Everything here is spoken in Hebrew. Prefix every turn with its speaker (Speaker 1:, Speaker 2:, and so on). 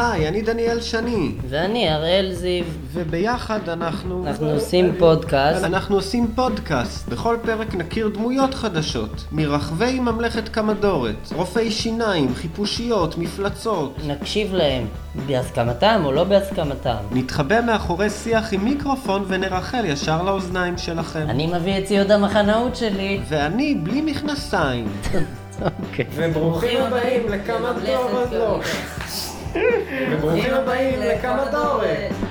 Speaker 1: היי, אני דניאל שני,
Speaker 2: ואני הראל זיו.
Speaker 1: וביחד אנחנו...
Speaker 2: אנחנו עושים פודקאסט.
Speaker 1: אנחנו עושים פודקאסט. בכל פרק נכיר דמויות חדשות, מרחבי ממלכת קמדורת, רופאי שיניים, חיפושיות, מפלצות.
Speaker 2: נקשיב להם, בהסכמתם או לא בהסכמתם.
Speaker 1: נתחבא מאחורי שיח עם מיקרופון ונרחל ישר לאוזניים שלכם.
Speaker 2: אני מביא את ציוד המחנאות שלי.
Speaker 1: ואני בלי מכנסיים.
Speaker 2: אוקיי.
Speaker 3: וברוכים הבאים לכמה דור עוד לא. וברוכים הבאים לכמה דורת.